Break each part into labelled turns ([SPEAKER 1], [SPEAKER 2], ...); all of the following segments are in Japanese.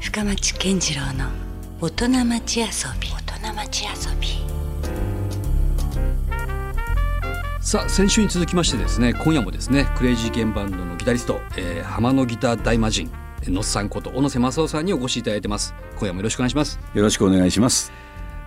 [SPEAKER 1] 深町健次郎の大人町遊び大人町遊び
[SPEAKER 2] さあ先週に続きましてですね今夜もですねクレイジーケンバンドのギタリスト、えー、浜野ギター大魔神えーのっさんこと小野瀬正夫さんにお越しいただいてます今夜もよろしくお願いします
[SPEAKER 3] よろしくお願いします。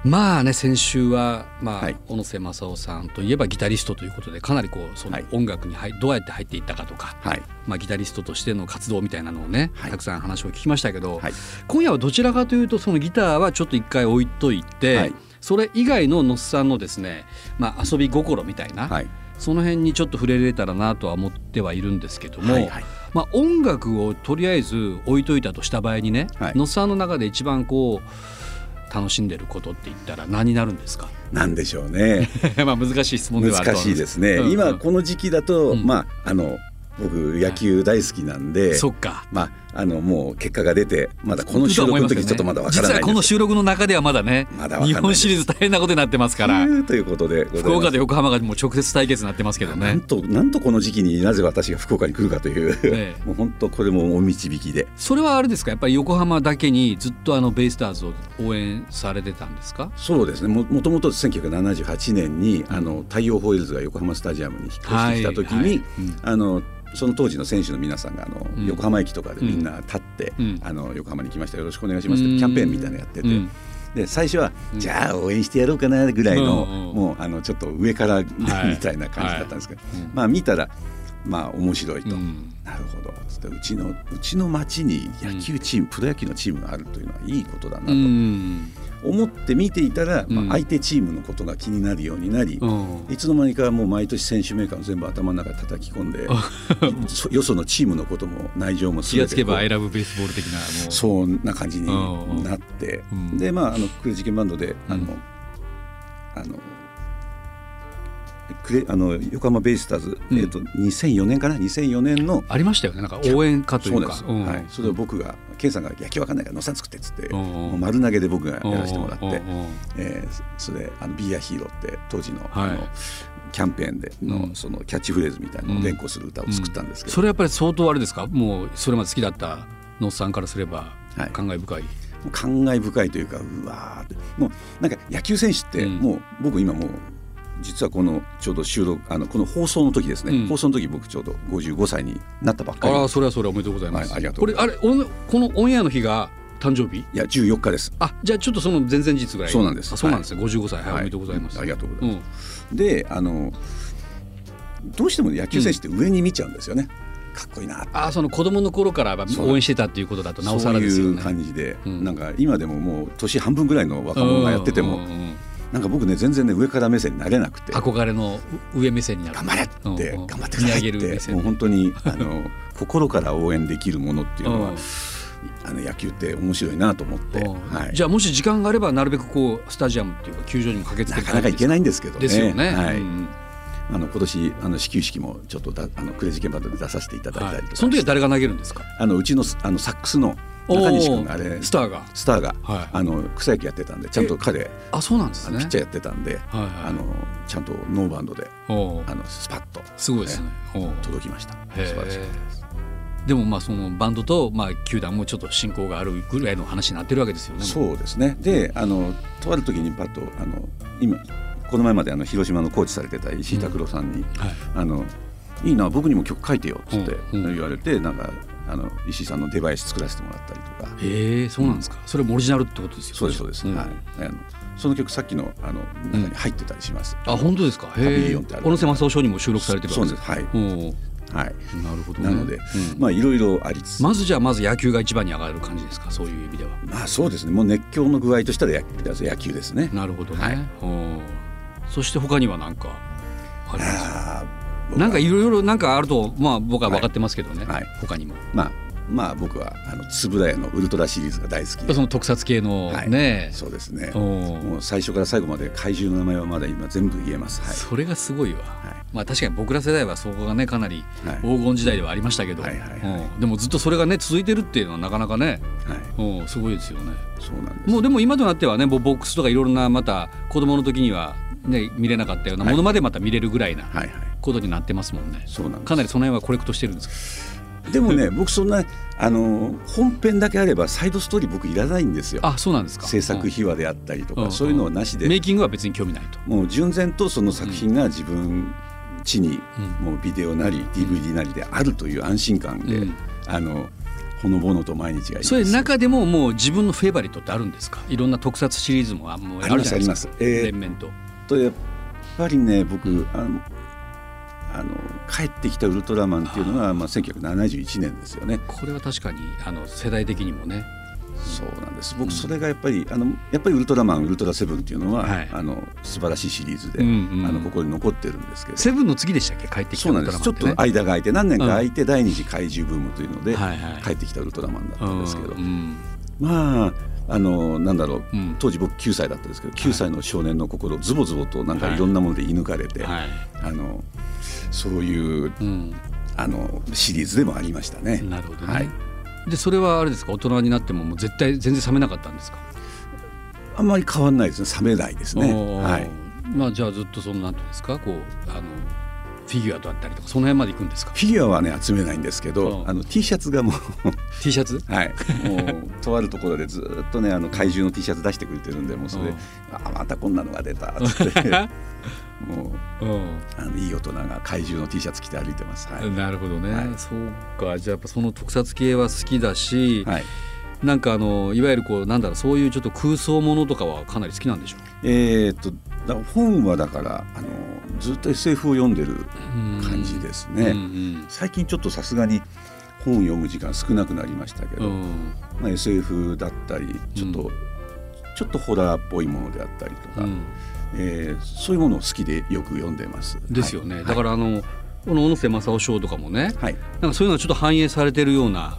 [SPEAKER 2] まあね先週は、まあ
[SPEAKER 3] はい
[SPEAKER 2] 小野瀬正夫さんといえばギタリストということでかなりこうその
[SPEAKER 3] はい
[SPEAKER 2] 音楽に入、どうやって入っていったかとか、
[SPEAKER 3] はい。
[SPEAKER 2] まあ、ギタリストとしての活動みたいなのをね、
[SPEAKER 3] はい
[SPEAKER 2] たくさん話を聞きましたけど、
[SPEAKER 3] はい
[SPEAKER 2] 今夜はどちらかというとそのギターはちょっと一回置いといて、
[SPEAKER 3] はい
[SPEAKER 2] それ以外ののっさんのですね、まあ、遊び心みたいな、
[SPEAKER 3] はい。
[SPEAKER 2] その辺にちょっと触れれたらなとは思ってはいるんですけども、
[SPEAKER 3] はいはい
[SPEAKER 2] まあ、音楽をとりあえず置いといたとした場合にね、
[SPEAKER 3] はい
[SPEAKER 2] のっさんの中で一番こう楽しんでることって言ったら何になるんです か
[SPEAKER 3] なんでしょう ね。
[SPEAKER 2] まあ難しい質問ではあると
[SPEAKER 3] 難
[SPEAKER 2] は思
[SPEAKER 3] し
[SPEAKER 2] う
[SPEAKER 3] い
[SPEAKER 2] ん
[SPEAKER 3] ですね。
[SPEAKER 2] うんうん
[SPEAKER 3] 今この時期だと、
[SPEAKER 2] うん
[SPEAKER 3] まああの僕野球大好きなんで、
[SPEAKER 2] そっか
[SPEAKER 3] まああのもう結果が出てまだこの収録の時ちょっとまだわか
[SPEAKER 2] 実
[SPEAKER 3] らない
[SPEAKER 2] は
[SPEAKER 3] ん
[SPEAKER 2] この
[SPEAKER 3] です。
[SPEAKER 2] 収録の中ではまだね
[SPEAKER 3] まだわかんな
[SPEAKER 2] 日
[SPEAKER 3] いです
[SPEAKER 2] 本シリーズ大変なことになってますから
[SPEAKER 3] ふうということでございます
[SPEAKER 2] 福岡と横浜がもう直接対決になってますけど
[SPEAKER 3] な
[SPEAKER 2] ね
[SPEAKER 3] ん。となんとこの時期になぜ私が福岡に来るかという。
[SPEAKER 2] ええ
[SPEAKER 3] もう本当これもお導きで。
[SPEAKER 2] それはあれですかやっぱり横浜だけにずっとあのベイスターズを応援されてたんですか
[SPEAKER 3] そうですねももともと1978年にあの太陽ホイールズが横浜スタジアムに引っ越してきた時に、
[SPEAKER 2] はいはいうん
[SPEAKER 3] あのその当時の選手の皆さんがあの、
[SPEAKER 2] うん
[SPEAKER 3] 横浜駅とかでみんな立って、
[SPEAKER 2] うん
[SPEAKER 3] あの横浜に来ましたよろしくお願いしますってキャンペーンみたいなのやってて、
[SPEAKER 2] うん
[SPEAKER 3] で最初は、
[SPEAKER 2] うん
[SPEAKER 3] じゃあ応援してやろうかなぐらいの、
[SPEAKER 2] うんうん
[SPEAKER 3] もうあのちょっと上からみ
[SPEAKER 2] はい
[SPEAKER 3] たいな感じだったんですけど、
[SPEAKER 2] うん
[SPEAKER 3] まあ見たらまあ面白いと。
[SPEAKER 2] うん
[SPEAKER 3] なるほどつってうちのうちの町に野球チーム、プロ野球のチームがあるというのはいいことだなと、
[SPEAKER 2] うん
[SPEAKER 3] 思って見ていたら、ま
[SPEAKER 2] うん
[SPEAKER 3] あ、相手チームのことが気になるようになり、
[SPEAKER 2] うん
[SPEAKER 3] いつの間にかもう毎年選手名鑑を全部頭の中に叩き込 んでそよそのチームのことも内情も
[SPEAKER 2] 気がつけば「
[SPEAKER 3] こ
[SPEAKER 2] I
[SPEAKER 3] う
[SPEAKER 2] love baseball」的なもう
[SPEAKER 3] そんな感じになって、
[SPEAKER 2] うんうん
[SPEAKER 3] でまああのクレイジーケンバンドであの、
[SPEAKER 2] うん
[SPEAKER 3] あのクレあの横浜ベイスターズ、
[SPEAKER 2] うん
[SPEAKER 3] えっと2004年かな2004年の
[SPEAKER 2] ありましたよねなんか応援歌とい
[SPEAKER 3] そう
[SPEAKER 2] う
[SPEAKER 3] なん
[SPEAKER 2] か
[SPEAKER 3] です、
[SPEAKER 2] ん
[SPEAKER 3] はい、それを僕がケンさんが野球わかんないから野さん作ってっつって、
[SPEAKER 2] うん
[SPEAKER 3] もう丸投げで僕が
[SPEAKER 2] うん
[SPEAKER 3] やらせてもらって、
[SPEAKER 2] うんうん
[SPEAKER 3] えーそそれであのビアヒーローって当時の,、
[SPEAKER 2] はい
[SPEAKER 3] あのキャンペーンで
[SPEAKER 2] う
[SPEAKER 3] の
[SPEAKER 2] ん
[SPEAKER 3] そのキャッチフレーズみたいなのを連呼する歌を作ったんですけど、
[SPEAKER 2] それやっぱり相当あれですかもうそれまで好きだったのっさんからすれば
[SPEAKER 3] はい
[SPEAKER 2] 感慨深い、
[SPEAKER 3] もう感慨深いというかうわーってもうなんか野球選手って
[SPEAKER 2] うん
[SPEAKER 3] もう、僕今もう実はこのちょうど収録あのこの放送の時ですね、
[SPEAKER 2] うん
[SPEAKER 3] 放送の時僕ちょうど55歳になったばっかり
[SPEAKER 2] あらそれはそれはおめでとうございます、
[SPEAKER 3] はいありがと
[SPEAKER 2] こ
[SPEAKER 3] うご
[SPEAKER 2] れ
[SPEAKER 3] ざいま
[SPEAKER 2] あれオンこのオンエアの日が誕生日
[SPEAKER 3] いや14日です。
[SPEAKER 2] あじゃあちょっとその前々日ぐらい
[SPEAKER 3] そうなんです
[SPEAKER 2] あそうなんですね、55歳はい、おめでとうございます、
[SPEAKER 3] ありがとうござ
[SPEAKER 2] う
[SPEAKER 3] います。
[SPEAKER 2] ん、
[SPEAKER 3] であのどうしても野球選手って上に見ちゃうんですよね、かっこいいなって
[SPEAKER 2] あその子供の頃から
[SPEAKER 3] そう
[SPEAKER 2] 応援してたっていうことだとなおさらですよね
[SPEAKER 3] そういう感じで、
[SPEAKER 2] うん
[SPEAKER 3] なんか今でももう年半分ぐらいの若者がやってても、
[SPEAKER 2] うんうんうん
[SPEAKER 3] なんか僕ね全然ね上から目線になれなくて頑
[SPEAKER 2] 憧れの上目線になる
[SPEAKER 3] 張れって、
[SPEAKER 2] うんうん
[SPEAKER 3] 頑張ってください
[SPEAKER 2] 見上
[SPEAKER 3] っ
[SPEAKER 2] げる目
[SPEAKER 3] て
[SPEAKER 2] 線
[SPEAKER 3] もう本当にあの心から応援できるものっていうのは、
[SPEAKER 2] うん
[SPEAKER 3] あの野球って面白いなと思って、
[SPEAKER 2] うん
[SPEAKER 3] はい、
[SPEAKER 2] じゃあもし時間があればなるべくこうスタジアムっていうか球場にも駆けつけ
[SPEAKER 3] な
[SPEAKER 2] て
[SPEAKER 3] かなか行け
[SPEAKER 2] い
[SPEAKER 3] ないんですけどね
[SPEAKER 2] ですよね、
[SPEAKER 3] はい
[SPEAKER 2] うん
[SPEAKER 3] あの今年あの始球式もちょっとだあのクレイジーケンバンドで出させていただいたりとか、
[SPEAKER 2] その時は誰が投げるんですか
[SPEAKER 3] あのうちのあのサックスの中西君があ
[SPEAKER 2] お
[SPEAKER 3] れ
[SPEAKER 2] スターが
[SPEAKER 3] スターが、
[SPEAKER 2] はい
[SPEAKER 3] あの草野球やってたんでちゃんと彼
[SPEAKER 2] あそうなんで
[SPEAKER 3] あ
[SPEAKER 2] すね
[SPEAKER 3] のピッチャーやってたんで、
[SPEAKER 2] はいはい
[SPEAKER 3] あのちゃんとノーバウンドで
[SPEAKER 2] おう
[SPEAKER 3] あのスパッと
[SPEAKER 2] すごいですねおう
[SPEAKER 3] 届きました
[SPEAKER 2] へえ
[SPEAKER 3] 素晴らしかったです
[SPEAKER 2] でもまあそのバンドとまあ球団もちょっと親交があるぐらいの話になってるわけですよねう
[SPEAKER 3] そうですねであのとある時にパッとあの今この前まであの広島のコーチされてた石井拓郎さんに「
[SPEAKER 2] はい
[SPEAKER 3] あのいいな僕にも曲書いてよ」っつって
[SPEAKER 2] うんうん
[SPEAKER 3] 言われて、なんかあの石井さんのデバイス作らせてもらったりとか。
[SPEAKER 2] ええそうなんですか、それもオリジナルってことですよね
[SPEAKER 3] そうですそうです、
[SPEAKER 2] ん
[SPEAKER 3] はい、あのその曲さっきのあの中に入ってたりします、
[SPEAKER 2] あ本当ですか
[SPEAKER 3] パビ
[SPEAKER 2] へ
[SPEAKER 3] リ
[SPEAKER 2] え
[SPEAKER 3] オンってある
[SPEAKER 2] 小野瀬正夫賞にも収録されてるわ
[SPEAKER 3] そう
[SPEAKER 2] け
[SPEAKER 3] ですはい、
[SPEAKER 2] おう
[SPEAKER 3] はい、
[SPEAKER 2] なるほど、ね、
[SPEAKER 3] なの
[SPEAKER 2] う
[SPEAKER 3] で、
[SPEAKER 2] ん
[SPEAKER 3] まあいろいろありつつ、ま
[SPEAKER 2] まずじゃあまず野球が一番に上がる感じですかそういう意味では
[SPEAKER 3] あそうですねもう熱狂の具合としたらや野球ですね。
[SPEAKER 2] なるほどね、
[SPEAKER 3] はい
[SPEAKER 2] おうそして他には何かありますか
[SPEAKER 3] あー僕は
[SPEAKER 2] なんかいろいろなんかあるとまあ僕は分かってますけどね、
[SPEAKER 3] はいはい
[SPEAKER 2] 他にも
[SPEAKER 3] まあまあ僕はあの円谷のウルトラシリーズが大好きで
[SPEAKER 2] その特撮系の
[SPEAKER 3] はい
[SPEAKER 2] ね、
[SPEAKER 3] そうですね
[SPEAKER 2] おう
[SPEAKER 3] もう最初から最後まで怪獣の名前はまだ今全部言えます。はい
[SPEAKER 2] それがすごいわ、
[SPEAKER 3] い
[SPEAKER 2] まあ確かに僕ら世代はそこがねかなり
[SPEAKER 3] はい
[SPEAKER 2] 黄金時代ではありましたけど、
[SPEAKER 3] はいはいはい
[SPEAKER 2] うんでもずっとそれがね続いてるっていうのはなかなかね、
[SPEAKER 3] はい、
[SPEAKER 2] うんすごいですよね
[SPEAKER 3] そうなんです。
[SPEAKER 2] もうでも今となってはねもうボックスとかいろいろなまた子供の時には、ね、見れなかったようなものまでまた見れるぐらいな
[SPEAKER 3] はいはい
[SPEAKER 2] ことになってますもんね、
[SPEAKER 3] そうなんです。
[SPEAKER 2] かなりその辺はコレクトしてるんですか
[SPEAKER 3] でもね僕そんなあの本編だけあればサイドストーリー僕いらないんですよ
[SPEAKER 2] あそうなんですか
[SPEAKER 3] 制作
[SPEAKER 2] 費
[SPEAKER 3] 秘話であったりとかそういうのはなしで
[SPEAKER 2] メイキングは別に興味ないと
[SPEAKER 3] もう純然とその作品が自分地に
[SPEAKER 2] うん
[SPEAKER 3] もうビデオなり DVD なりであるという安心感で、
[SPEAKER 2] うん
[SPEAKER 3] あのほのぼのと毎日がいいです
[SPEAKER 2] それ中でももう自分のフェイバリットってあるんですかいろんな特撮シリーズもあもうあ
[SPEAKER 3] あり
[SPEAKER 2] る
[SPEAKER 3] ま
[SPEAKER 2] じ
[SPEAKER 3] す
[SPEAKER 2] ゃな
[SPEAKER 3] あ
[SPEAKER 2] い
[SPEAKER 3] り
[SPEAKER 2] で
[SPEAKER 3] ますす
[SPEAKER 2] か。
[SPEAKER 3] え
[SPEAKER 2] 全面と、
[SPEAKER 3] ー、とやっぱりね僕、
[SPEAKER 2] うん
[SPEAKER 3] あのあの帰ってきたウルトラマンっていうのはまあ1971年ですよね。
[SPEAKER 2] これは確かにあの世代的にもね
[SPEAKER 3] そうなんです。
[SPEAKER 2] うん
[SPEAKER 3] 僕それがやっぱりあのやっぱりウルトラマンウルトラセブンっていうのは、
[SPEAKER 2] はい
[SPEAKER 3] あの素晴らしいシリーズで、
[SPEAKER 2] うんうん
[SPEAKER 3] あのここに残ってるんですけど。
[SPEAKER 2] セブンの次でしたっけ帰ってきた
[SPEAKER 3] そうなんです。ちょっと
[SPEAKER 2] っ
[SPEAKER 3] 間が空いて何年か空いて、第二次怪獣ブームというので、
[SPEAKER 2] はいはい
[SPEAKER 3] 帰ってきたウルトラマンだったんですけど、
[SPEAKER 2] うん
[SPEAKER 3] まああのなんだろ
[SPEAKER 2] う
[SPEAKER 3] う。
[SPEAKER 2] ん
[SPEAKER 3] 当時僕9歳だったんですけど9歳の少年の心をズボズボとなんかいろんなもので射抜かれて、
[SPEAKER 2] はい
[SPEAKER 3] あのそういう
[SPEAKER 2] うん、
[SPEAKER 3] あのシリーズでもありましたね。
[SPEAKER 2] なるほどね、
[SPEAKER 3] はい
[SPEAKER 2] でそれはあれですか大人になってももう絶対全然冷めなかったんですか
[SPEAKER 3] あんまり変わんないですね冷めないですね。
[SPEAKER 2] おー
[SPEAKER 3] はい、
[SPEAKER 2] まあじゃあずっとそのなんていうんですかこうあのフィギュアだったりとかその辺まで行くんですか
[SPEAKER 3] フィギュアはね集めないんですけど、
[SPEAKER 2] うん
[SPEAKER 3] あの T シャツがもう
[SPEAKER 2] T シャツ
[SPEAKER 3] はいもうとあるところでずっとねあの怪獣の T シャツ出してくれてるんでもうそれで、
[SPEAKER 2] うん
[SPEAKER 3] あまたこんなのが出たっつって もう
[SPEAKER 2] うん
[SPEAKER 3] あのいい大人が怪獣の T シャツ着て歩いてます。はい、
[SPEAKER 2] なるほどね、
[SPEAKER 3] はい
[SPEAKER 2] そうかじゃあやっぱその特撮系は好きだし、
[SPEAKER 3] はい
[SPEAKER 2] なんかあのいわゆるこうなんだろうそういうちょっと空想ものとかはかなり好きなんでしょ
[SPEAKER 3] えー、とだ本はだからあのずっと SF を読んでる
[SPEAKER 2] う
[SPEAKER 3] 感じです
[SPEAKER 2] ね
[SPEAKER 3] ね、最近ちょっとさすがに本を読む時間少なくなりましたけ
[SPEAKER 2] う
[SPEAKER 3] ど、
[SPEAKER 2] ん
[SPEAKER 3] まあ、SF だったりちょっと、
[SPEAKER 2] う
[SPEAKER 3] ちょっとホラーっぽいものであったりとか、
[SPEAKER 2] うん
[SPEAKER 3] えーそういうものを好きでよく読んでます。
[SPEAKER 2] ですよね、
[SPEAKER 3] はい
[SPEAKER 2] だからあのこの小野瀬正夫賞とかもね
[SPEAKER 3] はい、
[SPEAKER 2] なんかそういうのがちょっと反映されてるような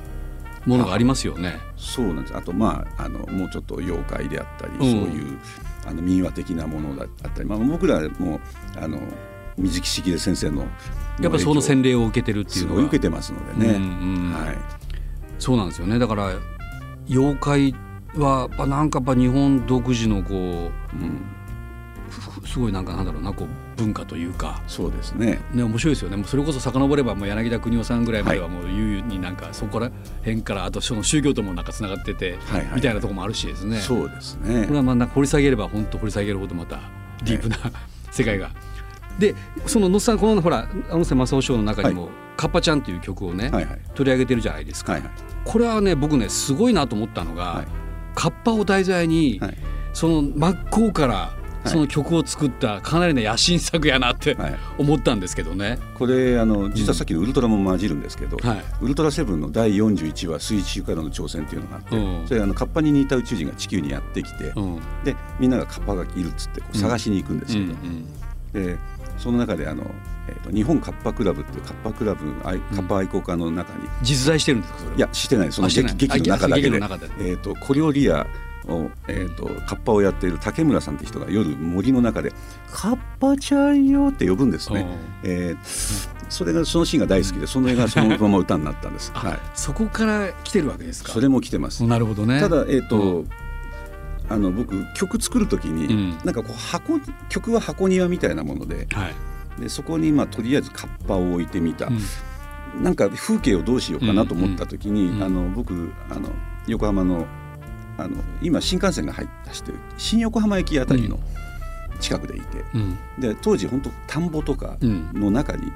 [SPEAKER 2] ものがありますよね。
[SPEAKER 3] そうなんですあとまああのもうちょっと妖怪であったり、
[SPEAKER 2] ん
[SPEAKER 3] そういうあの民話的なものだったり、まあ、僕らもあの水木しげる先生の
[SPEAKER 2] やっぱりその洗礼を受けてるってい
[SPEAKER 3] す
[SPEAKER 2] うの
[SPEAKER 3] ごい
[SPEAKER 2] が
[SPEAKER 3] 受けてますのでね、
[SPEAKER 2] うんうん
[SPEAKER 3] はい、
[SPEAKER 2] そうなんですよねだから妖怪はやっぱなんかやっぱ日本独自のこ
[SPEAKER 3] うん、
[SPEAKER 2] うすごいなんかなんだろうなこう文化というか。
[SPEAKER 3] そうですね
[SPEAKER 2] ね、面白いですよねもうそれこそ遡ればもう柳田邦夫さんぐらいまではもう悠々になんかそこら辺からあとその宗教ともなんかつながってて、
[SPEAKER 3] はいはい
[SPEAKER 2] みたいなところもあるしですね
[SPEAKER 3] そうです
[SPEAKER 2] これ
[SPEAKER 3] ね
[SPEAKER 2] はまあなんか掘り下げれば本当掘り下げるほどまたディープな、 世界が。でその野津さんこのほら「あの瀬正夫賞」の中にも「カッパちゃん」っていう曲をね、
[SPEAKER 3] はいはい
[SPEAKER 2] 取り上げてるじゃないですか。
[SPEAKER 3] はいはい
[SPEAKER 2] これはね僕ねすごいなと思ったのが、
[SPEAKER 3] はい
[SPEAKER 2] カッパを題材に、
[SPEAKER 3] はい
[SPEAKER 2] その真っ向から
[SPEAKER 3] い
[SPEAKER 2] その曲を作ったかなりの野心作やなって
[SPEAKER 3] はい
[SPEAKER 2] 思ったんですけどね。
[SPEAKER 3] これあの実はさっきのウルトラも混じるんですけど、
[SPEAKER 2] はい
[SPEAKER 3] ウルトラセブンの第41話「水中からの挑戦」っていうのがあって、
[SPEAKER 2] うん
[SPEAKER 3] それあのカッパに似た宇宙人が地球にやってきて、
[SPEAKER 2] うん
[SPEAKER 3] でみんながカッパがいるっつってこう探しに行くんです
[SPEAKER 2] う
[SPEAKER 3] けど、
[SPEAKER 2] ん
[SPEAKER 3] でその中であの、えーと日本カッパクラブっていうカッパクラブ愛カッパ愛好家の中に、
[SPEAKER 2] 実在してるんですかそれはい
[SPEAKER 3] やしてないその
[SPEAKER 2] あして
[SPEAKER 3] 劇
[SPEAKER 2] ない
[SPEAKER 3] 劇の中だけ
[SPEAKER 2] あ劇の
[SPEAKER 3] で
[SPEAKER 2] 中で
[SPEAKER 3] えー、と小料理屋を、えー、とカッパをやっている竹村さんって人が夜森の中で「カッパちゃんよ」って呼ぶんですね、えーそれがそのシーンが大好きでその映画がそのまま歌になった んです、
[SPEAKER 2] あ
[SPEAKER 3] はい、
[SPEAKER 2] そこから来てるわけですか
[SPEAKER 3] それも来てます
[SPEAKER 2] なるほどね
[SPEAKER 3] ただえっ、と、あの僕曲作る時に、
[SPEAKER 2] うん
[SPEAKER 3] なんかこう箱曲は箱庭みたいなもので
[SPEAKER 2] はい、
[SPEAKER 3] でそこにまあとりあえずカッパを置いてみた、
[SPEAKER 2] うん
[SPEAKER 3] なんか風景をどうしようかなと思った時に、
[SPEAKER 2] うんうん
[SPEAKER 3] あの僕あの横浜のあの今新幹線が入ったしてる新横浜駅あたりの近くでいて、
[SPEAKER 2] うん
[SPEAKER 3] で当時本当田んぼとか
[SPEAKER 2] うん
[SPEAKER 3] の中に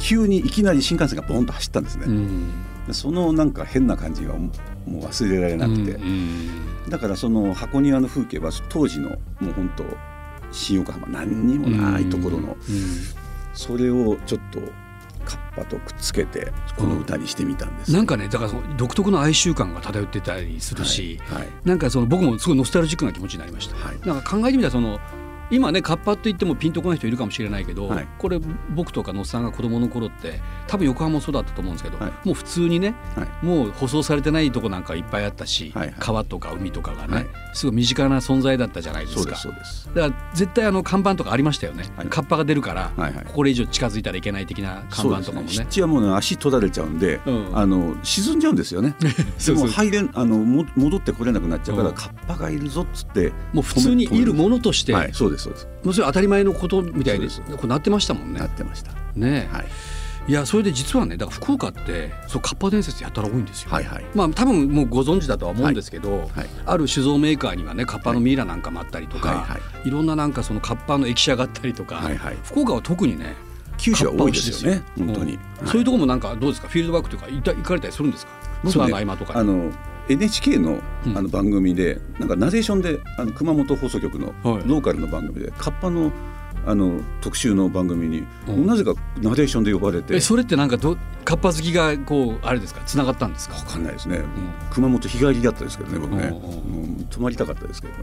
[SPEAKER 3] 急にいきなり新幹線がボンと走ったんですね、
[SPEAKER 2] うん
[SPEAKER 3] でそのなんか変な感じがもうもう忘れられなくて、
[SPEAKER 2] うんうん
[SPEAKER 3] だからその箱庭の風景は当時のもう本当新横浜何にもないところの、
[SPEAKER 2] う
[SPEAKER 3] それをちょっとカッパとくっつけてこの歌にしてみたんです、
[SPEAKER 2] んなんかねだからその独特の哀愁感が漂ってたりするし、
[SPEAKER 3] はい
[SPEAKER 2] なんかその僕もすごいノスタルジックな気持ちになりました、
[SPEAKER 3] はい
[SPEAKER 2] なんか考えてみたらその今ねカッパって言ってもピンとこない人いるかもしれないけど、
[SPEAKER 3] はい
[SPEAKER 2] これ僕とかのっさんが子供の頃って多分横浜もそうだったと思うんですけど、
[SPEAKER 3] はい
[SPEAKER 2] もう普通にね、
[SPEAKER 3] はい
[SPEAKER 2] もう舗装されてないとこなんかいっぱいあったし、
[SPEAKER 3] はいはい
[SPEAKER 2] 川とか海とかがね、
[SPEAKER 3] はい
[SPEAKER 2] すごい身近な存在だったじゃないです
[SPEAKER 3] そうで
[SPEAKER 2] か
[SPEAKER 3] すそうです
[SPEAKER 2] だから絶対あの看板とかありましたよね、
[SPEAKER 3] はい
[SPEAKER 2] カッパが出るから、
[SPEAKER 3] はいはい
[SPEAKER 2] これ以上近づいたらいけない的な看板とかも
[SPEAKER 3] そうです
[SPEAKER 2] ね
[SPEAKER 3] ね湿地はもうね足取られちゃうんで、
[SPEAKER 2] うん
[SPEAKER 3] あの沈んじゃうんですよね
[SPEAKER 2] そう
[SPEAKER 3] も
[SPEAKER 2] そうう
[SPEAKER 3] 入れんあのも戻ってこれなくなっちゃうから、
[SPEAKER 2] うん
[SPEAKER 3] カッパがいるぞっつって
[SPEAKER 2] もう普通にいるものとして、
[SPEAKER 3] はいそうですそうです
[SPEAKER 2] もうそれ当たり前のことみたいで
[SPEAKER 3] そうです
[SPEAKER 2] こうなってましたもんね
[SPEAKER 3] なってました
[SPEAKER 2] ねえ
[SPEAKER 3] はい
[SPEAKER 2] いやそれで実はねだから福岡ってそうカッパ伝説やったら多いんですよ、
[SPEAKER 3] はいはい
[SPEAKER 2] まあ多分もうご存知だとは思うんですけど、
[SPEAKER 3] はい
[SPEAKER 2] ある酒造メーカーにはねカッパのミイラなんかもあったりとか、
[SPEAKER 3] はい
[SPEAKER 2] い
[SPEAKER 3] はい
[SPEAKER 2] ろんななんかそのカッパの駅舎があったりとか、
[SPEAKER 3] はいはい
[SPEAKER 2] 福岡は特にね
[SPEAKER 3] 九州は多いですよね
[SPEAKER 2] カッパ推しですよ
[SPEAKER 3] 本当に
[SPEAKER 2] うんそういうとこもなんかどうですかフィールドバックというか行った行かれたりするんですかツアーの合間とか
[SPEAKER 3] あ
[SPEAKER 2] に
[SPEAKER 3] の NHK の
[SPEAKER 2] うん
[SPEAKER 3] あの番組で、なんかナレーションであの熊本放送局の
[SPEAKER 2] はい
[SPEAKER 3] ローカルの番組で、カッパのあの特集の番組に、
[SPEAKER 2] うん
[SPEAKER 3] なぜかナレーションで呼ばれて
[SPEAKER 2] えそれってなんかどカッパ好きがこうあれですかつながったんですか
[SPEAKER 3] わかんないですね、熊本日帰りだったですけどね僕
[SPEAKER 2] う
[SPEAKER 3] ね、
[SPEAKER 2] ん
[SPEAKER 3] うん泊まりたかったですけどね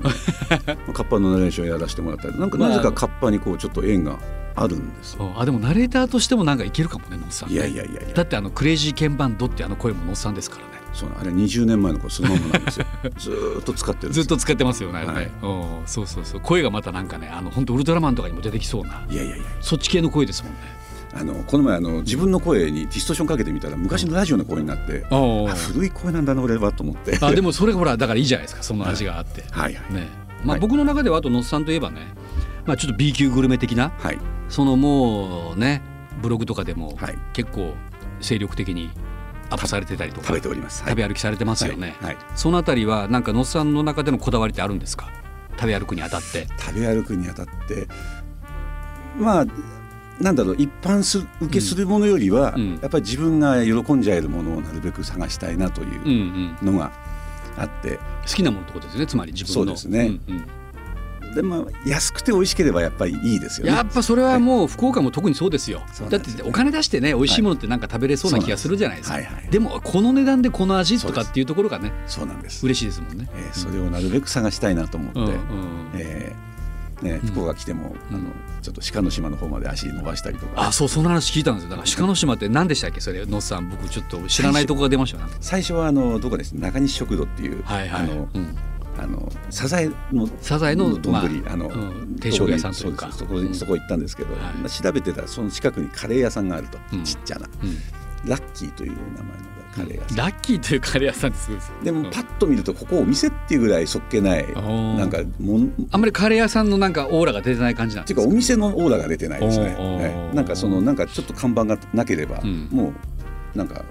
[SPEAKER 3] カッパのナレーションやらせてもらったりなんかなぜかカッパにこうちょっと縁があるんですよ、
[SPEAKER 2] そうあでもナレーターとしてもなんかいけるかもねのっさんね
[SPEAKER 3] いやいやいやいや
[SPEAKER 2] だってあのクレイジーケンバンドってあの声ものっさんですからね
[SPEAKER 3] そうあれ20年前の子そのままな んですよずーっと使ってるんです
[SPEAKER 2] ず
[SPEAKER 3] よ
[SPEAKER 2] っと使ってますよね、
[SPEAKER 3] はい
[SPEAKER 2] うんそうそうそう声がまたなんかねあの本当ウルトラマンとかにも出てきそうない
[SPEAKER 3] やいやいや
[SPEAKER 2] そっち系の声ですもんね
[SPEAKER 3] あのこの前あの自分の声にディストーションかけてみたら昔のラジオの声になって、あ
[SPEAKER 2] あ
[SPEAKER 3] 古い声なんだな俺はと思って
[SPEAKER 2] あで
[SPEAKER 3] も
[SPEAKER 2] もそれがほらだからいいじゃないですかその味があって、
[SPEAKER 3] はいはい、
[SPEAKER 2] ねま
[SPEAKER 3] は
[SPEAKER 2] あ、
[SPEAKER 3] い
[SPEAKER 2] 僕の中ではあとのっさんといえばね、まあ、ちょっと B 級グルメ的な
[SPEAKER 3] はい
[SPEAKER 2] そのもうねブログとかでも
[SPEAKER 3] はい
[SPEAKER 2] 結構精力的にアップされてたりとか
[SPEAKER 3] 食べております、はい、
[SPEAKER 2] 食べ歩きされてますよね、
[SPEAKER 3] はいはい
[SPEAKER 2] そのあたりはなんかのっさんの中でのこだわりってあるんですか食べ歩くにあたって
[SPEAKER 3] 食べ歩くにあたってまあなんだろう一般す受けするものよりは、
[SPEAKER 2] うん
[SPEAKER 3] やっぱり自分が喜んじゃえるものをなるべく探したいなと
[SPEAKER 2] うん
[SPEAKER 3] いううんのがあって、
[SPEAKER 2] 好きなものってことですねつまり自分の
[SPEAKER 3] そうですね
[SPEAKER 2] うんうん
[SPEAKER 3] でまあ安くて美味しければやっぱりいいですよね。
[SPEAKER 2] やっぱそれはもう福岡も特にそうですよ
[SPEAKER 3] そうな
[SPEAKER 2] だ
[SPEAKER 3] ん
[SPEAKER 2] っ
[SPEAKER 3] ですよ
[SPEAKER 2] てお金出してね美味しいものってなんか食べれそうな気がするじゃないですか、
[SPEAKER 3] はいはい
[SPEAKER 2] でもこの値段でこの味とかっていうところがね
[SPEAKER 3] そうなんです、
[SPEAKER 2] 嬉しいですもんね、
[SPEAKER 3] えーそれをなるべく探したいなと思って、
[SPEAKER 2] うんうん
[SPEAKER 3] えーね、福岡来ても、
[SPEAKER 2] うん
[SPEAKER 3] あのちょっと鹿の島の方まで足伸ばしたりとか
[SPEAKER 2] あそうその話聞いたんですよだから鹿の島って何でしたっけそれのっさん僕ちょっと知らないとこが出ましたね
[SPEAKER 3] 最初はあのどこです中西食堂っていう、
[SPEAKER 2] はいはい
[SPEAKER 3] あの
[SPEAKER 2] うん
[SPEAKER 3] あのサザエの
[SPEAKER 2] サザエの
[SPEAKER 3] 丼、
[SPEAKER 2] まあ
[SPEAKER 3] あの
[SPEAKER 2] うん定食屋さんというか
[SPEAKER 3] そこにそうこ
[SPEAKER 2] ん
[SPEAKER 3] そこ行ったんですけど、
[SPEAKER 2] はい
[SPEAKER 3] まあ調べてたらその近くにカレー屋さんがあると、
[SPEAKER 2] うん
[SPEAKER 3] ちっちゃな
[SPEAKER 2] うん
[SPEAKER 3] ラッキーという名前のカレー屋さん、
[SPEAKER 2] ラッキーというカレー屋さんってすごいですよ
[SPEAKER 3] で
[SPEAKER 2] うん
[SPEAKER 3] もパッと見るとここお店っていうぐらいそっけない、
[SPEAKER 2] ー
[SPEAKER 3] なんかもん
[SPEAKER 2] あんまりカレー屋さんのなんかオーラが出てない感じなん
[SPEAKER 3] っ
[SPEAKER 2] で
[SPEAKER 3] て
[SPEAKER 2] す
[SPEAKER 3] いうか
[SPEAKER 2] か
[SPEAKER 3] お店のオーラが出てないですね。
[SPEAKER 2] おー
[SPEAKER 3] ねなんかそのなんかちょっと看板がなければ、
[SPEAKER 2] うん
[SPEAKER 3] もうなんか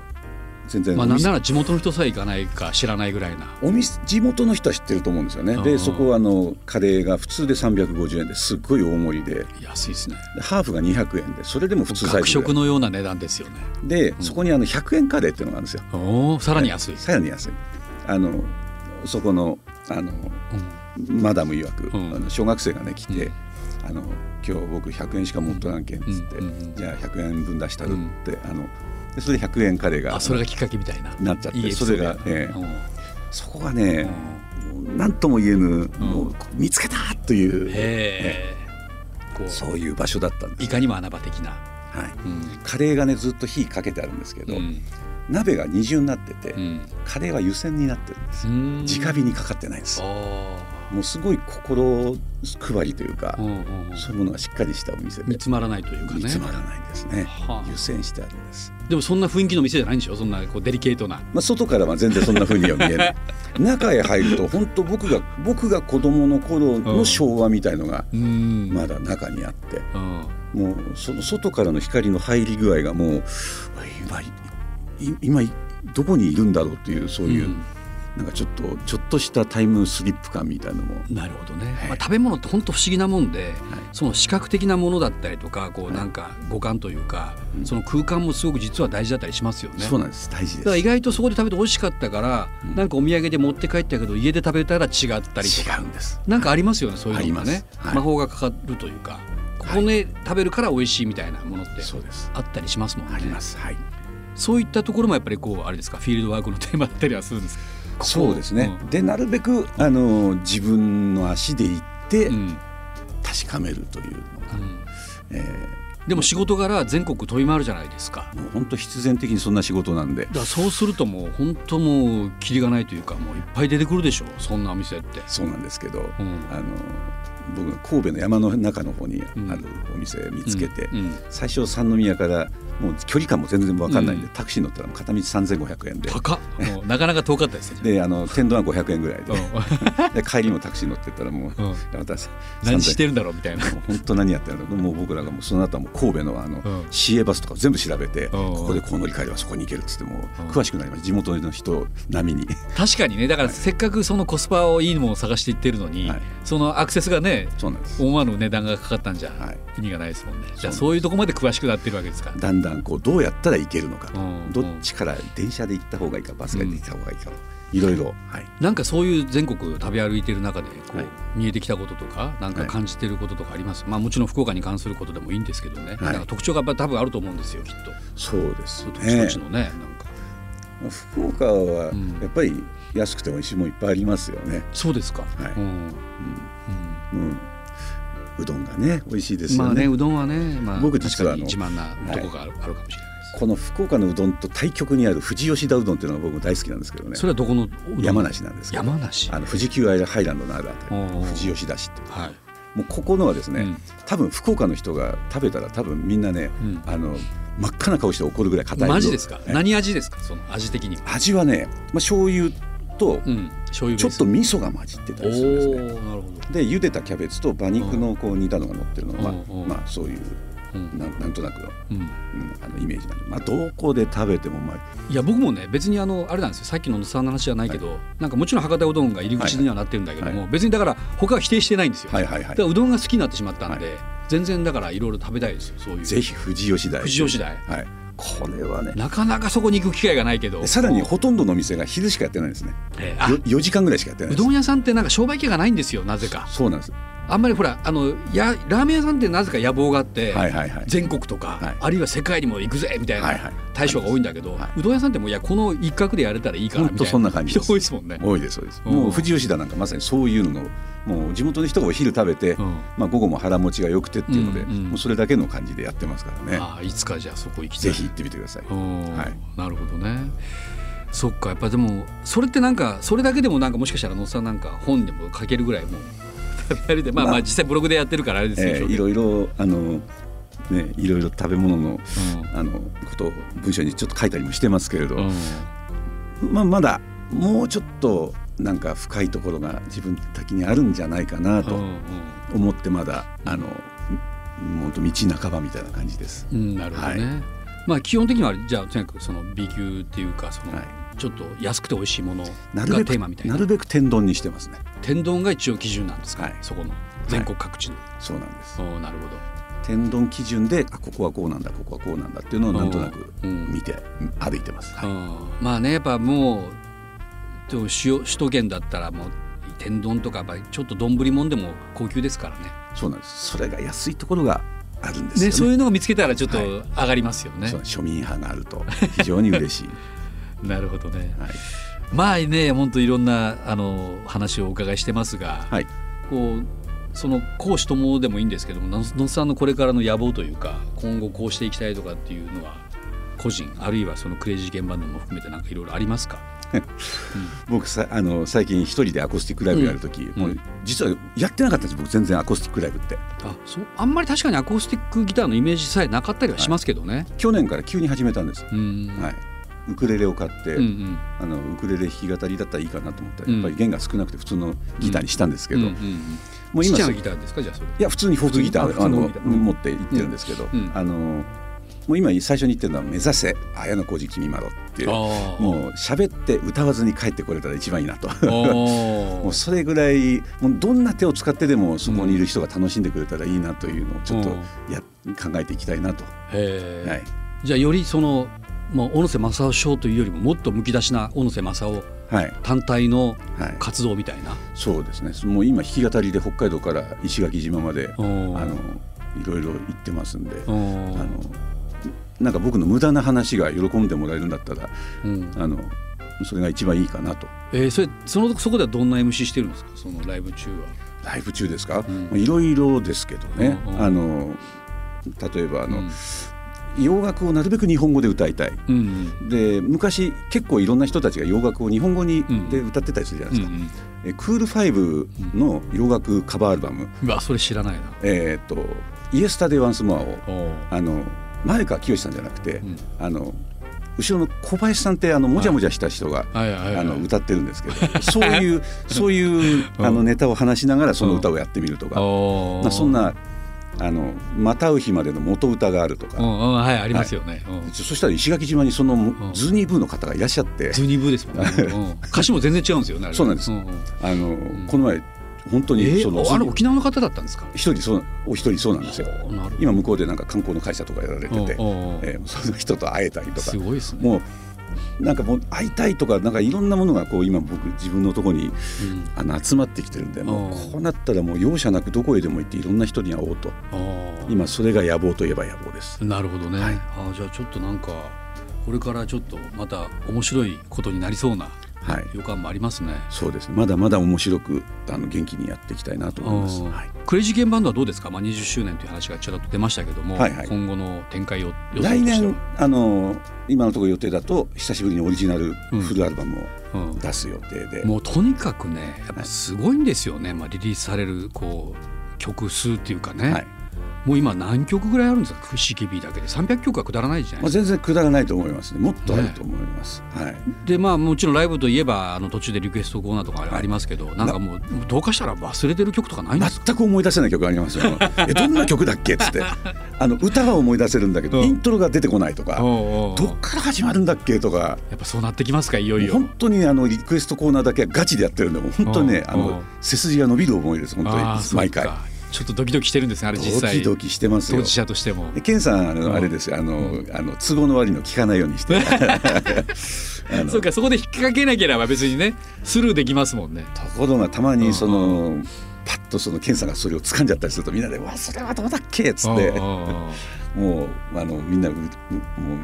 [SPEAKER 3] 全然
[SPEAKER 2] ま
[SPEAKER 3] お
[SPEAKER 2] あ、なん
[SPEAKER 3] 店,、
[SPEAKER 2] なら地元の人さえ行かないか知らないぐらいな
[SPEAKER 3] お店地元の人は知ってると思うんですよね。
[SPEAKER 2] う
[SPEAKER 3] で
[SPEAKER 2] ん
[SPEAKER 3] そこはあのカレーが普通で350円ですっごい大盛りで
[SPEAKER 2] 安いですね
[SPEAKER 3] でハーフが200円でそれでも普通サイ
[SPEAKER 2] 学
[SPEAKER 3] ズ
[SPEAKER 2] 食のような値段ですよね
[SPEAKER 3] でで
[SPEAKER 2] ん
[SPEAKER 3] そこにあの100円カレーっていうのがあるんですよ。
[SPEAKER 2] おおさらに安い、
[SPEAKER 3] さらに安い。あのそこのあのマダム曰く、
[SPEAKER 2] うん
[SPEAKER 3] あの小学生がね来て、
[SPEAKER 2] うん
[SPEAKER 3] あの今日僕100円しか持っとらんけんっつって、
[SPEAKER 2] うんうんうん
[SPEAKER 3] じゃあ100円分出したるって、あのでそれで100円カレー
[SPEAKER 2] うん
[SPEAKER 3] が
[SPEAKER 2] あそれがきっかけみたいな
[SPEAKER 3] なっちゃって
[SPEAKER 2] いいエピソードや
[SPEAKER 3] それがええ
[SPEAKER 2] うん
[SPEAKER 3] そこが
[SPEAKER 2] う
[SPEAKER 3] ね
[SPEAKER 2] ん、
[SPEAKER 3] 何とも言えぬ、もう見つけたという、
[SPEAKER 2] へえこう
[SPEAKER 3] そういう場所だったんで
[SPEAKER 2] い
[SPEAKER 3] す、
[SPEAKER 2] かにも穴場的な
[SPEAKER 3] はい、
[SPEAKER 2] うん
[SPEAKER 3] カレーがねずっと火かけてあるんですけ
[SPEAKER 2] う
[SPEAKER 3] ど、
[SPEAKER 2] ん
[SPEAKER 3] 鍋が二重になってて、
[SPEAKER 2] うん
[SPEAKER 3] カレーは湯煎になってるんですよ、
[SPEAKER 2] うん
[SPEAKER 3] 直火にかかってないんです
[SPEAKER 2] あ
[SPEAKER 3] もうすごい心配りというか
[SPEAKER 2] あ、うんうんうん
[SPEAKER 3] そういうものがしっかりしたお店
[SPEAKER 2] 煮
[SPEAKER 3] で
[SPEAKER 2] 詰まらないというか
[SPEAKER 3] 煮
[SPEAKER 2] ね
[SPEAKER 3] 詰まらないですね、
[SPEAKER 2] はあ
[SPEAKER 3] 湯煎してあるんです、
[SPEAKER 2] でもそんな雰囲気の店じゃないんでしょそんなこうデリケートな
[SPEAKER 3] まあ、外からは全然そんな風には見 えない中へ入ると本当僕が僕が子供の頃の昭和みたいのが
[SPEAKER 2] うん
[SPEAKER 3] まだ中にあって
[SPEAKER 2] うん
[SPEAKER 3] もうその外からの光の入り具合がもう今い今いどこにいるんだろうっていうそういう、
[SPEAKER 2] うん
[SPEAKER 3] なんかちょっとちょっとしたタイムスリップ感みたいのも
[SPEAKER 2] なるほどね、
[SPEAKER 3] はい
[SPEAKER 2] まあ、食べ物って本当不思議なもんで、その視覚的なものだったりとかこうなんか五感というか、その空間もすごく実は大事だったりしますよね。
[SPEAKER 3] そうなんです大事
[SPEAKER 2] だから
[SPEAKER 3] で
[SPEAKER 2] 意
[SPEAKER 3] す。
[SPEAKER 2] 外とそこで食べて美味しかったから、なんかお土産で持って帰ったけど家で食べたら違ったりとか
[SPEAKER 3] 違うんです。
[SPEAKER 2] なんかありますよねそういうのが
[SPEAKER 3] あり
[SPEAKER 2] ね、
[SPEAKER 3] ますはい
[SPEAKER 2] 魔法がかかるというかここで食べるから美味しいみたいなものって
[SPEAKER 3] そうです。
[SPEAKER 2] あったりしますもんね。
[SPEAKER 3] あります。はい。
[SPEAKER 2] そういったところもやっぱりこうあれですかフィールドワークのテーマだったりはするんですかここ
[SPEAKER 3] そうですね。でなるべくあの自分の足で行って
[SPEAKER 2] うんうん
[SPEAKER 3] 確かめるというのが、
[SPEAKER 2] うん
[SPEAKER 3] え
[SPEAKER 2] でも仕事柄全国飛び回るじゃないですか。
[SPEAKER 3] ーもう本当必然的にそんな仕事なんで
[SPEAKER 2] だ。からそうするともう本当もうキリがないというかもういっぱい出てくるでしょそんなお店って。
[SPEAKER 3] そうなんですけど、
[SPEAKER 2] ん
[SPEAKER 3] あの僕が神戸の山の中の方にあるお店見つけて、
[SPEAKER 2] うん
[SPEAKER 3] 最初三宮からもう距離感も全然分かんないんで、
[SPEAKER 2] うん
[SPEAKER 3] タクシー乗ったらもう片道3500円で
[SPEAKER 2] 高っもうなかなか遠かったですね
[SPEAKER 3] であの天丼は500円ぐらいで
[SPEAKER 2] う
[SPEAKER 3] で帰りもタクシー乗ってったらもう、
[SPEAKER 2] んうん
[SPEAKER 3] 私
[SPEAKER 2] 何してるんだろうみたいな
[SPEAKER 3] もう本当何やってるのもう僕らがもうその後はもう神戸のあ
[SPEAKER 2] う
[SPEAKER 3] の、
[SPEAKER 2] ん
[SPEAKER 3] CA バスとか全部調べて、
[SPEAKER 2] ん
[SPEAKER 3] ここでこう乗り換えればそこに行けるっつってもう
[SPEAKER 2] うん
[SPEAKER 3] 詳しくなりました地元の人並みに、
[SPEAKER 2] 確かにねだからせっかくそのコスパをいいものを探していってるのに、
[SPEAKER 3] はい
[SPEAKER 2] そのアクセスがね
[SPEAKER 3] そうなんです、
[SPEAKER 2] 思わぬ値段がかかったんじ
[SPEAKER 3] は
[SPEAKER 2] ゃ
[SPEAKER 3] い、
[SPEAKER 2] 意味がないですもんね、じゃあ
[SPEAKER 3] そ
[SPEAKER 2] そういうとこまで詳しくなってるわけですか
[SPEAKER 3] だんだんこうどうやったら行けるのか、
[SPEAKER 2] ら、うん
[SPEAKER 3] どっちから電車で行った方がいいかバスが行った方がいいか、いろいろ、はい、
[SPEAKER 2] なんかそういう全国食べ歩いてる中でこう、
[SPEAKER 3] はい
[SPEAKER 2] 見えてきたこととかなんか感じてることとかあります、まあもちろん福岡に関することでもいいんですけどね、
[SPEAKER 3] は
[SPEAKER 2] な
[SPEAKER 3] い
[SPEAKER 2] んか特徴がやっぱ多分あると思うんですよきっと
[SPEAKER 3] そうです
[SPEAKER 2] その土地
[SPEAKER 3] ね
[SPEAKER 2] 土地のねなんか
[SPEAKER 3] 福岡は
[SPEAKER 2] うん
[SPEAKER 3] やっぱり安くて美味しいもんいっぱいありますよね、
[SPEAKER 2] そうですか、
[SPEAKER 3] はい
[SPEAKER 2] うん
[SPEAKER 3] うんうん、うどんがね美味しいですよ
[SPEAKER 2] まあ
[SPEAKER 3] ね,、
[SPEAKER 2] ねうどんはね、まあ、
[SPEAKER 3] 僕
[SPEAKER 2] 確
[SPEAKER 3] 実は
[SPEAKER 2] か
[SPEAKER 3] あ
[SPEAKER 2] に
[SPEAKER 3] の
[SPEAKER 2] 自慢なとこがある,、あるかもしれないです
[SPEAKER 3] この福岡のうどんと対極にある富士吉田うどんっていうのが僕も大好きなんですけどね
[SPEAKER 2] それはどこのうどん
[SPEAKER 3] 山梨なんですけど
[SPEAKER 2] 山梨
[SPEAKER 3] あの富士急ハイランドのあるあたり
[SPEAKER 2] おうおう
[SPEAKER 3] 富士吉田市って
[SPEAKER 2] はい、
[SPEAKER 3] もうここのはですね、
[SPEAKER 2] うん
[SPEAKER 3] 多分福岡の人が食べたら多分みんなね
[SPEAKER 2] うん
[SPEAKER 3] あの真っ赤な顔して怒るぐらい硬い
[SPEAKER 2] マジですか、
[SPEAKER 3] ええ
[SPEAKER 2] 何味ですかその味的には
[SPEAKER 3] 味はね、まあ、醤油と
[SPEAKER 2] うん醤油
[SPEAKER 3] ち
[SPEAKER 2] ベー
[SPEAKER 3] ょっ
[SPEAKER 2] ス
[SPEAKER 3] と味噌が混じってた
[SPEAKER 2] お
[SPEAKER 3] りするんですね。
[SPEAKER 2] ーなるほど
[SPEAKER 3] で茹でたキャベツと馬肉のこう煮たのが乗ってるのが、
[SPEAKER 2] うんうん
[SPEAKER 3] まあ、そういう
[SPEAKER 2] うん、
[SPEAKER 3] なんなんとなくの,、
[SPEAKER 2] うん
[SPEAKER 3] うん、あのイメージなんで、まあ、どこで食べてもうまい
[SPEAKER 2] いや僕もね別にあのあれなんですよさっきの野さんの話じゃないけど、なんかもちろん博多うどんが入り口にはなってるんだけども、
[SPEAKER 3] はい
[SPEAKER 2] 別にだから他は否定してないんですよ、
[SPEAKER 3] はいはいは
[SPEAKER 2] だ
[SPEAKER 3] い
[SPEAKER 2] からうどんが好きになってしまったんで、全然だからいろいろ食べたいですよそういう
[SPEAKER 3] ぜひ富士吉田へ
[SPEAKER 2] 富士吉田へ
[SPEAKER 3] はい、これはね
[SPEAKER 2] なかなかそこに行く機会がないけど
[SPEAKER 3] でさらに
[SPEAKER 2] うん
[SPEAKER 3] ほとんどの店が昼しかやってないんですね
[SPEAKER 2] えーあ
[SPEAKER 3] よ4時間ぐらいしかやってないうです
[SPEAKER 2] どん屋さんってなんか商売機がないんですよなぜか
[SPEAKER 3] そうなんです
[SPEAKER 2] あんまりほらあのやラーメン屋さんってなぜか野望があって、
[SPEAKER 3] はいはいはい
[SPEAKER 2] 全国とか、
[SPEAKER 3] はい
[SPEAKER 2] あるいは世界にも行くぜみたいな、
[SPEAKER 3] はいはい
[SPEAKER 2] 大将が多いんだけど、
[SPEAKER 3] は
[SPEAKER 2] うどん屋さんってもういやこの一角でやれたらいいからみたいな
[SPEAKER 3] ほんとそんな感じ
[SPEAKER 2] 人
[SPEAKER 3] です
[SPEAKER 2] 多いですもんね。
[SPEAKER 3] 多いですそうです
[SPEAKER 2] うん
[SPEAKER 3] もう富士吉田なんかまさにそういうののもう地元の人がお昼食べて、
[SPEAKER 2] うん
[SPEAKER 3] まあ、午後も腹持ちが良くてっていうので、
[SPEAKER 2] うんうん
[SPEAKER 3] もうそれだけの感じでやってますからね
[SPEAKER 2] ああいつかじゃあそこ行きた
[SPEAKER 3] ぜ
[SPEAKER 2] い
[SPEAKER 3] ひ行ってみてください
[SPEAKER 2] うん
[SPEAKER 3] はい
[SPEAKER 2] なるほどねそっかやっぱでもそれってなんかそれだけでもなんかもしかしたら野津さんなんか本でも書けるぐらいもう二人でまあま
[SPEAKER 3] ま
[SPEAKER 2] あ
[SPEAKER 3] あ
[SPEAKER 2] 実際ブログでやってるからあれですけ
[SPEAKER 3] え
[SPEAKER 2] ど、
[SPEAKER 3] ーいろいろあのねいろいろ食べ物の
[SPEAKER 2] うん
[SPEAKER 3] あのことを文章にちょっと書いたりもしてますけれど、
[SPEAKER 2] うん
[SPEAKER 3] まあまだもうちょっとなんか深いところが自分的にあるんじゃないかな
[SPEAKER 2] う
[SPEAKER 3] と
[SPEAKER 2] ん
[SPEAKER 3] 思ってまだ、あの本当道半ばみたいな感じです。
[SPEAKER 2] うんなるほどね、
[SPEAKER 3] は
[SPEAKER 2] まあ基本的にはじゃあとにかくその B 級っていうかその、
[SPEAKER 3] は
[SPEAKER 2] ちょっと安くて美味しいものが
[SPEAKER 3] なるべ
[SPEAKER 2] テ
[SPEAKER 3] く
[SPEAKER 2] ーマみたいな
[SPEAKER 3] なるべく天丼にしてますね。
[SPEAKER 2] 天丼が一応基準なんですか、
[SPEAKER 3] はい
[SPEAKER 2] そこの全国各地の、
[SPEAKER 3] そうなんです。
[SPEAKER 2] おーなるほど
[SPEAKER 3] 天丼基準であここはこうなんだここはこうなんだっていうのをなんとなく
[SPEAKER 2] うん
[SPEAKER 3] 見て歩いてます。はい
[SPEAKER 2] うんまあねやっぱもうでも主要首都圏だったらもう天丼とかやっぱりちょっと丼もんでも高級ですからね
[SPEAKER 3] そうなんです。それが安いところがあるんですよ
[SPEAKER 2] ね
[SPEAKER 3] ね。
[SPEAKER 2] そういうのを見つけたらちょっと
[SPEAKER 3] はい
[SPEAKER 2] 上がりますよね、
[SPEAKER 3] そう庶民派があると非常に嬉し い。
[SPEAKER 2] なるほどね
[SPEAKER 3] はい。
[SPEAKER 2] まあね本当いろんなあの話をお伺いしてますが、
[SPEAKER 3] はい。
[SPEAKER 2] こうその講師ともでもいいんですけども野野さんのこれからの野望というか今後こうしていきたいとかっていうのは個人あるいはそのクレイジー現場のも含めてなんかいろいろありますか
[SPEAKER 3] 僕さあの最近一人でアコースティックライブやるとき、
[SPEAKER 2] ん
[SPEAKER 3] もう実はやってなかったんです僕全然アコースティックライブって
[SPEAKER 2] あそうあんまり確かにアコースティックギターのイメージさえなかったりはしますけどね。
[SPEAKER 3] 去年から急に始めたんです、
[SPEAKER 2] うん
[SPEAKER 3] はい、ウクレレを買って、
[SPEAKER 2] うんうん
[SPEAKER 3] あのウクレレ弾き語りだったらいいかなと思ったら、
[SPEAKER 2] うん
[SPEAKER 3] やっぱり弦が少なくて普通のギターにしたんですけど、
[SPEAKER 2] うんうんうん
[SPEAKER 3] もう
[SPEAKER 2] ちっ
[SPEAKER 3] 今
[SPEAKER 2] ちゃ
[SPEAKER 3] す
[SPEAKER 2] な
[SPEAKER 3] ぐい
[SPEAKER 2] ギターですかじゃあそれ。
[SPEAKER 3] や普通にフォークギタ
[SPEAKER 2] 普
[SPEAKER 3] ー
[SPEAKER 2] 通
[SPEAKER 3] をあ
[SPEAKER 2] の
[SPEAKER 3] の
[SPEAKER 2] ギターうん
[SPEAKER 3] 持って行ってるんですけど、
[SPEAKER 2] うん
[SPEAKER 3] あのもう今最初に言ってるのは「目指せ綾小路君まろ」っていう
[SPEAKER 2] ああ
[SPEAKER 3] もう喋って歌わずに帰ってこれたら一番いいなと。
[SPEAKER 2] お
[SPEAKER 3] もう
[SPEAKER 2] ー
[SPEAKER 3] それぐらいもうどんな手を使ってでもそこにいる人が楽しんでくれたらいいなというのをちょっと
[SPEAKER 2] うん
[SPEAKER 3] や、考えていきたいなと、
[SPEAKER 2] へー
[SPEAKER 3] はい、
[SPEAKER 2] じゃあよりそのもう小野瀬正夫賞というよりももっとむき出しな小野瀬正夫
[SPEAKER 3] はい
[SPEAKER 2] 単体の
[SPEAKER 3] はい、
[SPEAKER 2] 活動みたいな。
[SPEAKER 3] そうですねもう今弾き語りで北海道から石垣島まで
[SPEAKER 2] おー
[SPEAKER 3] あのいろいろ行ってますんで
[SPEAKER 2] お
[SPEAKER 3] あ
[SPEAKER 2] ー
[SPEAKER 3] のなんか僕の無駄な話が喜んでもらえるんだったら
[SPEAKER 2] うん
[SPEAKER 3] あのそれが一番いいかなと
[SPEAKER 2] えーそれそのそこではどんな MC してるんですかそのライブ中は。
[SPEAKER 3] ライブ中ですか
[SPEAKER 2] うん
[SPEAKER 3] まあいろいろですけどね
[SPEAKER 2] うんうん
[SPEAKER 3] あの例えばあの、
[SPEAKER 2] うん
[SPEAKER 3] 洋楽をなるべく日本語で歌いたい
[SPEAKER 2] うんうん
[SPEAKER 3] で昔結構いろんな人たちが洋楽を日本語に
[SPEAKER 2] うん
[SPEAKER 3] で歌ってたりするじゃな
[SPEAKER 2] う
[SPEAKER 3] い
[SPEAKER 2] ん
[SPEAKER 3] ですか、えクールファイブの洋楽カバーアルバム
[SPEAKER 2] うんうわそれ知らないな。
[SPEAKER 3] 「えーっとイエスタデイ・ワンス・モア」を
[SPEAKER 2] おー
[SPEAKER 3] あの前川清さんじゃなくて、
[SPEAKER 2] ん
[SPEAKER 3] あの後ろの小林さんってあのもじゃもじゃした人が、
[SPEAKER 2] はいはいはい
[SPEAKER 3] あの歌ってるんで すけどそういうそういうあのネタを話しながらその歌をやってみるとか、
[SPEAKER 2] おー
[SPEAKER 3] まあ、そんなあの「またう日まで」の元歌があると
[SPEAKER 2] う
[SPEAKER 3] か、
[SPEAKER 2] んうんはいありますよね、うん
[SPEAKER 3] そしたら石垣島にそ
[SPEAKER 2] ん
[SPEAKER 3] のズーニーブーの方がいらっしゃって、
[SPEAKER 2] ズニブですもんね、うん歌詞も全然違うんですよねあれ
[SPEAKER 3] そうなんです
[SPEAKER 2] うん
[SPEAKER 3] あのこの前本当
[SPEAKER 2] え
[SPEAKER 3] にその、
[SPEAKER 2] ー、あれ沖縄の方だったんですか
[SPEAKER 3] 一人そうお一人そうなんですよ
[SPEAKER 2] おなるほど
[SPEAKER 3] 今向こうでなんか観光の会社とかやられてて、
[SPEAKER 2] おうおうおう
[SPEAKER 3] えーその人と会えたりとか
[SPEAKER 2] すごいですね
[SPEAKER 3] もうなんかもう会いたいとかなんかいろんなものがこう今僕自分のとこ
[SPEAKER 2] う
[SPEAKER 3] に
[SPEAKER 2] ん
[SPEAKER 3] あの集まってきてるんでもう
[SPEAKER 2] おう
[SPEAKER 3] こうなったらもう容赦なくどこへでも行っていろんな人に会おうと
[SPEAKER 2] あー
[SPEAKER 3] 今それが野望といえば野望です。
[SPEAKER 2] なるほどね、
[SPEAKER 3] はい
[SPEAKER 2] あーじゃあちょっとなんかこれからちょっとまた面白いことになりそうな
[SPEAKER 3] はい
[SPEAKER 2] 予感もありますね、
[SPEAKER 3] そうですねまだまだ面白くあの元気にやっていきたいなと思います。
[SPEAKER 2] うん
[SPEAKER 3] はい
[SPEAKER 2] クレイジーケンバンドはどうですか、まあ、20周年という話がちらっと出ましたけども、
[SPEAKER 3] はいはい
[SPEAKER 2] 今後の展開を予想としては
[SPEAKER 3] 来年、あの今のところ予定だと久しぶりにオリジナルフルアルバムを
[SPEAKER 2] うん
[SPEAKER 3] 出す予定で、
[SPEAKER 2] もうとにかくねやっぱすごいんですよね、まあ、リリースされるこう曲数っていうかね、
[SPEAKER 3] はい
[SPEAKER 2] もう今何曲ぐらいあるんですか CKB だけで300曲はくだらないじゃない
[SPEAKER 3] まあ、
[SPEAKER 2] ですか。
[SPEAKER 3] 全然くだらないと思いますねもっとあると思います。はい
[SPEAKER 2] でまあもちろんライブといえばあの途中でリクエストコーナーとかありますけど、なんかもうどうかしたら忘れてる曲とかないんですか
[SPEAKER 3] 全く思い出せない曲ありますよ。 えどんな曲だっけっつってあの歌は思い出せるんだけど、
[SPEAKER 2] うん
[SPEAKER 3] イントロが出てこないとか、
[SPEAKER 2] おうおうおう
[SPEAKER 3] どっから始まるんだっけとか
[SPEAKER 2] やっぱそうなってきますかいよいよ。
[SPEAKER 3] 本当にあのリクエストコーナーだけはガチでやってるんでもう本当にね
[SPEAKER 2] うん
[SPEAKER 3] あ
[SPEAKER 2] うん
[SPEAKER 3] の背筋が伸びる思いです本当に
[SPEAKER 2] あーそうか
[SPEAKER 3] 毎回
[SPEAKER 2] ちょっとドキドキしてるんですねあれ
[SPEAKER 3] ド
[SPEAKER 2] 実際
[SPEAKER 3] キドキしてます
[SPEAKER 2] 当
[SPEAKER 3] よ
[SPEAKER 2] 事。者としても。
[SPEAKER 3] でケンさんあ
[SPEAKER 2] うん
[SPEAKER 3] のあれですよあのあの都合の悪いの聞かないように して。あの
[SPEAKER 2] そうかそこで引っ掛けなければ別にねスルーできますもんね。
[SPEAKER 3] ところがたまにその、パッとそのケンさんがそれを掴んじゃったりするとみんなで「わそれはどうだっけ?」っつって
[SPEAKER 2] おうおうおう
[SPEAKER 3] もうあのみんなうもう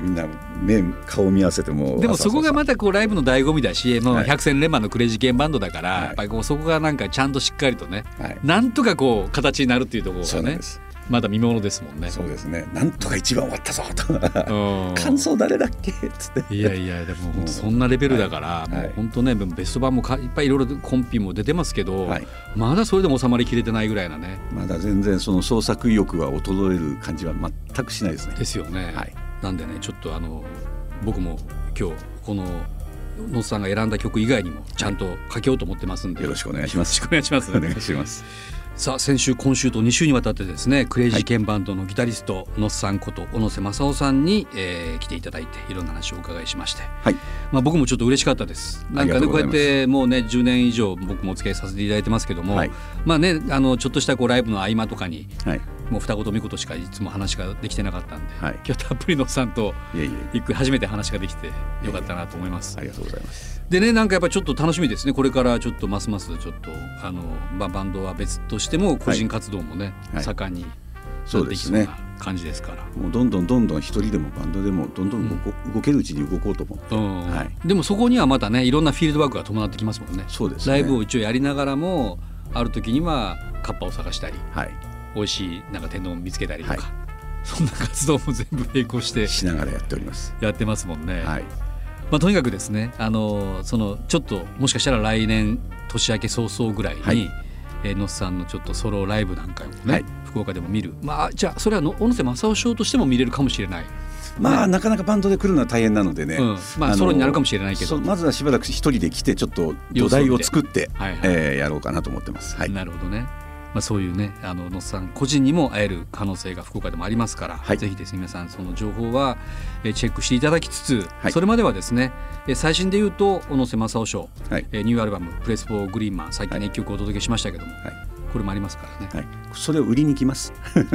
[SPEAKER 3] みんな目顔見合わせて もう
[SPEAKER 2] でもそこが
[SPEAKER 3] わ
[SPEAKER 2] またこうライブの醍醐味だし、ま
[SPEAKER 3] は
[SPEAKER 2] あ、
[SPEAKER 3] い
[SPEAKER 2] 百戦錬磨のクレイジーケンバンドだから、
[SPEAKER 3] はい
[SPEAKER 2] やっぱりこうそこがなんかちゃんとしっかりとね、
[SPEAKER 3] ざわざわはい
[SPEAKER 2] なんとかこう形になるっていうところ
[SPEAKER 3] そ
[SPEAKER 2] が
[SPEAKER 3] うなん
[SPEAKER 2] ね
[SPEAKER 3] です、
[SPEAKER 2] まだ見ものですもんね。
[SPEAKER 3] そうですねなんとか一番終わったぞと
[SPEAKER 2] うん
[SPEAKER 3] 感想誰だっけっつって
[SPEAKER 2] いやいやでも本当そんなレベルだから、
[SPEAKER 3] い
[SPEAKER 2] もう本当ねベスト版もかいっぱいいろいろコンピも出てますけど、
[SPEAKER 3] はい
[SPEAKER 2] まだそれでも収まりきれてないぐらいなね
[SPEAKER 3] まだ全然その創作意欲は衰える感じは全くしないですね
[SPEAKER 2] ですよね、
[SPEAKER 3] はい
[SPEAKER 2] なんでねちょっとあの僕も今日この野津さんが選んだ曲以外にもちゃんと書けようと思ってますんで、
[SPEAKER 3] よろしくお願いします
[SPEAKER 2] よろしくお願いします。
[SPEAKER 3] お願いします
[SPEAKER 2] さあ先週今週と2週にわたってですねクレイジーケンバンドのギタリストのっさんこと小野瀬正夫さんに、えー来ていただいていろんな話をお伺いしまして、
[SPEAKER 3] はい
[SPEAKER 2] まあ、僕もちょっと嬉しかったですなんか
[SPEAKER 3] あ
[SPEAKER 2] ね
[SPEAKER 3] りがとう
[SPEAKER 2] こうやっ
[SPEAKER 3] ございます
[SPEAKER 2] てもうね10年以上僕もお付き合いさせていただいてますけども、
[SPEAKER 3] はい
[SPEAKER 2] まあねあのちょっとしたこうライブの合間とかに
[SPEAKER 3] はい
[SPEAKER 2] もう二言三言しかいつも話ができてなかったんで、
[SPEAKER 3] はい
[SPEAKER 2] 今日たっぷりのっさんと
[SPEAKER 3] いえいえ
[SPEAKER 2] ゆっくり初めて話ができてよかったなと思います
[SPEAKER 3] あ。りがとうございます
[SPEAKER 2] でねなんかやっぱちょっと楽しみですねこれからちょっとますますちょっとあの、まあ、バンドは別としても個人活動もね、
[SPEAKER 3] はい
[SPEAKER 2] 盛んにな
[SPEAKER 3] そう
[SPEAKER 2] って
[SPEAKER 3] で
[SPEAKER 2] き
[SPEAKER 3] す
[SPEAKER 2] そう
[SPEAKER 3] ね
[SPEAKER 2] な感じですから。
[SPEAKER 3] もうどんどんどんどん一人でもバンドでもどんどん動こ動けるうちに動こうと思って
[SPEAKER 2] うん
[SPEAKER 3] はい
[SPEAKER 2] でもそこにはまたねいろんなフィールドワークが伴ってきますもんね
[SPEAKER 3] そうですね
[SPEAKER 2] ライブを一応やりながらもある時にはカッパを探したり
[SPEAKER 3] はい
[SPEAKER 2] 美味しいなんか天丼を見つけたりとか、
[SPEAKER 3] はい
[SPEAKER 2] そんな活動も全部並行して
[SPEAKER 3] しながらやっております
[SPEAKER 2] やってますもんね。
[SPEAKER 3] はい
[SPEAKER 2] まあ、とにかくですね、あのそのちょっともしかしたら来年年明け早々ぐらいに、
[SPEAKER 3] はい
[SPEAKER 2] えーのっさんのちょっとソロライブなんかもね、
[SPEAKER 3] はい
[SPEAKER 2] 福岡でも見る、まあ、じゃあそれはの小野瀬正夫賞としても見れるかもしれない、
[SPEAKER 3] まあなかなかバンドで来るのは大変なのでね、
[SPEAKER 2] うんまあ
[SPEAKER 3] の
[SPEAKER 2] ソロになるかもしれないけど
[SPEAKER 3] そうまずはしばらく一人で来てちょっと土台を作って、
[SPEAKER 2] はいはい
[SPEAKER 3] えーやろうかなと思ってます。はい、
[SPEAKER 2] なるほどね、まあ、そういうねあののっさん個人にも会える可能性が福岡でもありますから、
[SPEAKER 3] はい
[SPEAKER 2] ぜひですね皆さんその情報はえーチェックしていただきつつ、
[SPEAKER 3] はい
[SPEAKER 2] それまではですねえー最新で言うと小野瀬正夫賞、
[SPEAKER 3] はい
[SPEAKER 2] えーニューアルバム「プレス・フォー・グリーンマン」最近ね一曲お届けしましたけども、
[SPEAKER 3] はい
[SPEAKER 2] これもありますからね。
[SPEAKER 3] はい、それを売りに来ます。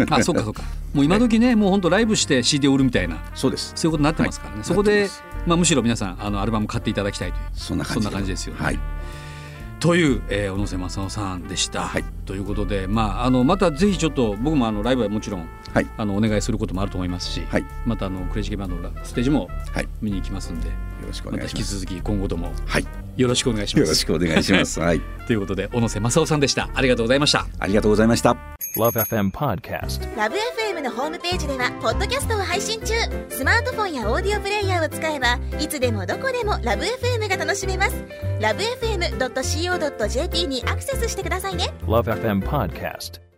[SPEAKER 2] あそうかそうかもう今時ねもう本当ライブして CD を売るみたいな
[SPEAKER 3] そうです。
[SPEAKER 2] そういうことになってますからね、
[SPEAKER 3] はい
[SPEAKER 2] そこ
[SPEAKER 3] な
[SPEAKER 2] で
[SPEAKER 3] ってます
[SPEAKER 2] ま、あ、むしろ皆さんあのアルバム買っていただきたいという
[SPEAKER 3] そんな感じ。
[SPEAKER 2] ですよね。
[SPEAKER 3] はい、
[SPEAKER 2] という、えー小野瀬正夫さんでした。
[SPEAKER 3] はい
[SPEAKER 2] ということで、まあ、あのまたぜひちょっと僕もあのライブはもちろん
[SPEAKER 3] はい、
[SPEAKER 2] あのお願いすることもあると思いますし、
[SPEAKER 3] はい
[SPEAKER 2] またあのクレイジーケンバンドのステージも
[SPEAKER 3] はい、よ
[SPEAKER 2] 見に行きますんで
[SPEAKER 3] ろしくお
[SPEAKER 2] また
[SPEAKER 3] 願い
[SPEAKER 2] 引
[SPEAKER 3] し
[SPEAKER 2] き
[SPEAKER 3] ます。
[SPEAKER 2] 続き今後とも
[SPEAKER 3] はい、
[SPEAKER 2] よろしくお願いし
[SPEAKER 3] よ
[SPEAKER 2] ま
[SPEAKER 3] ろ
[SPEAKER 2] す
[SPEAKER 3] し。くお願いします。はい、
[SPEAKER 2] ということで小野瀬正夫さんでした。ありがとうございました。
[SPEAKER 3] ありがとうございました。
[SPEAKER 4] Love FM Podcast.
[SPEAKER 5] ラブ f m のホームページではポッドキャストを配信中スマートフォンやオーディオプレイヤーを使えばいつでもどこでもラブ f m が楽しめますラブ FM.co.jp にアクセスしてくださいね
[SPEAKER 4] Love FM Podcast.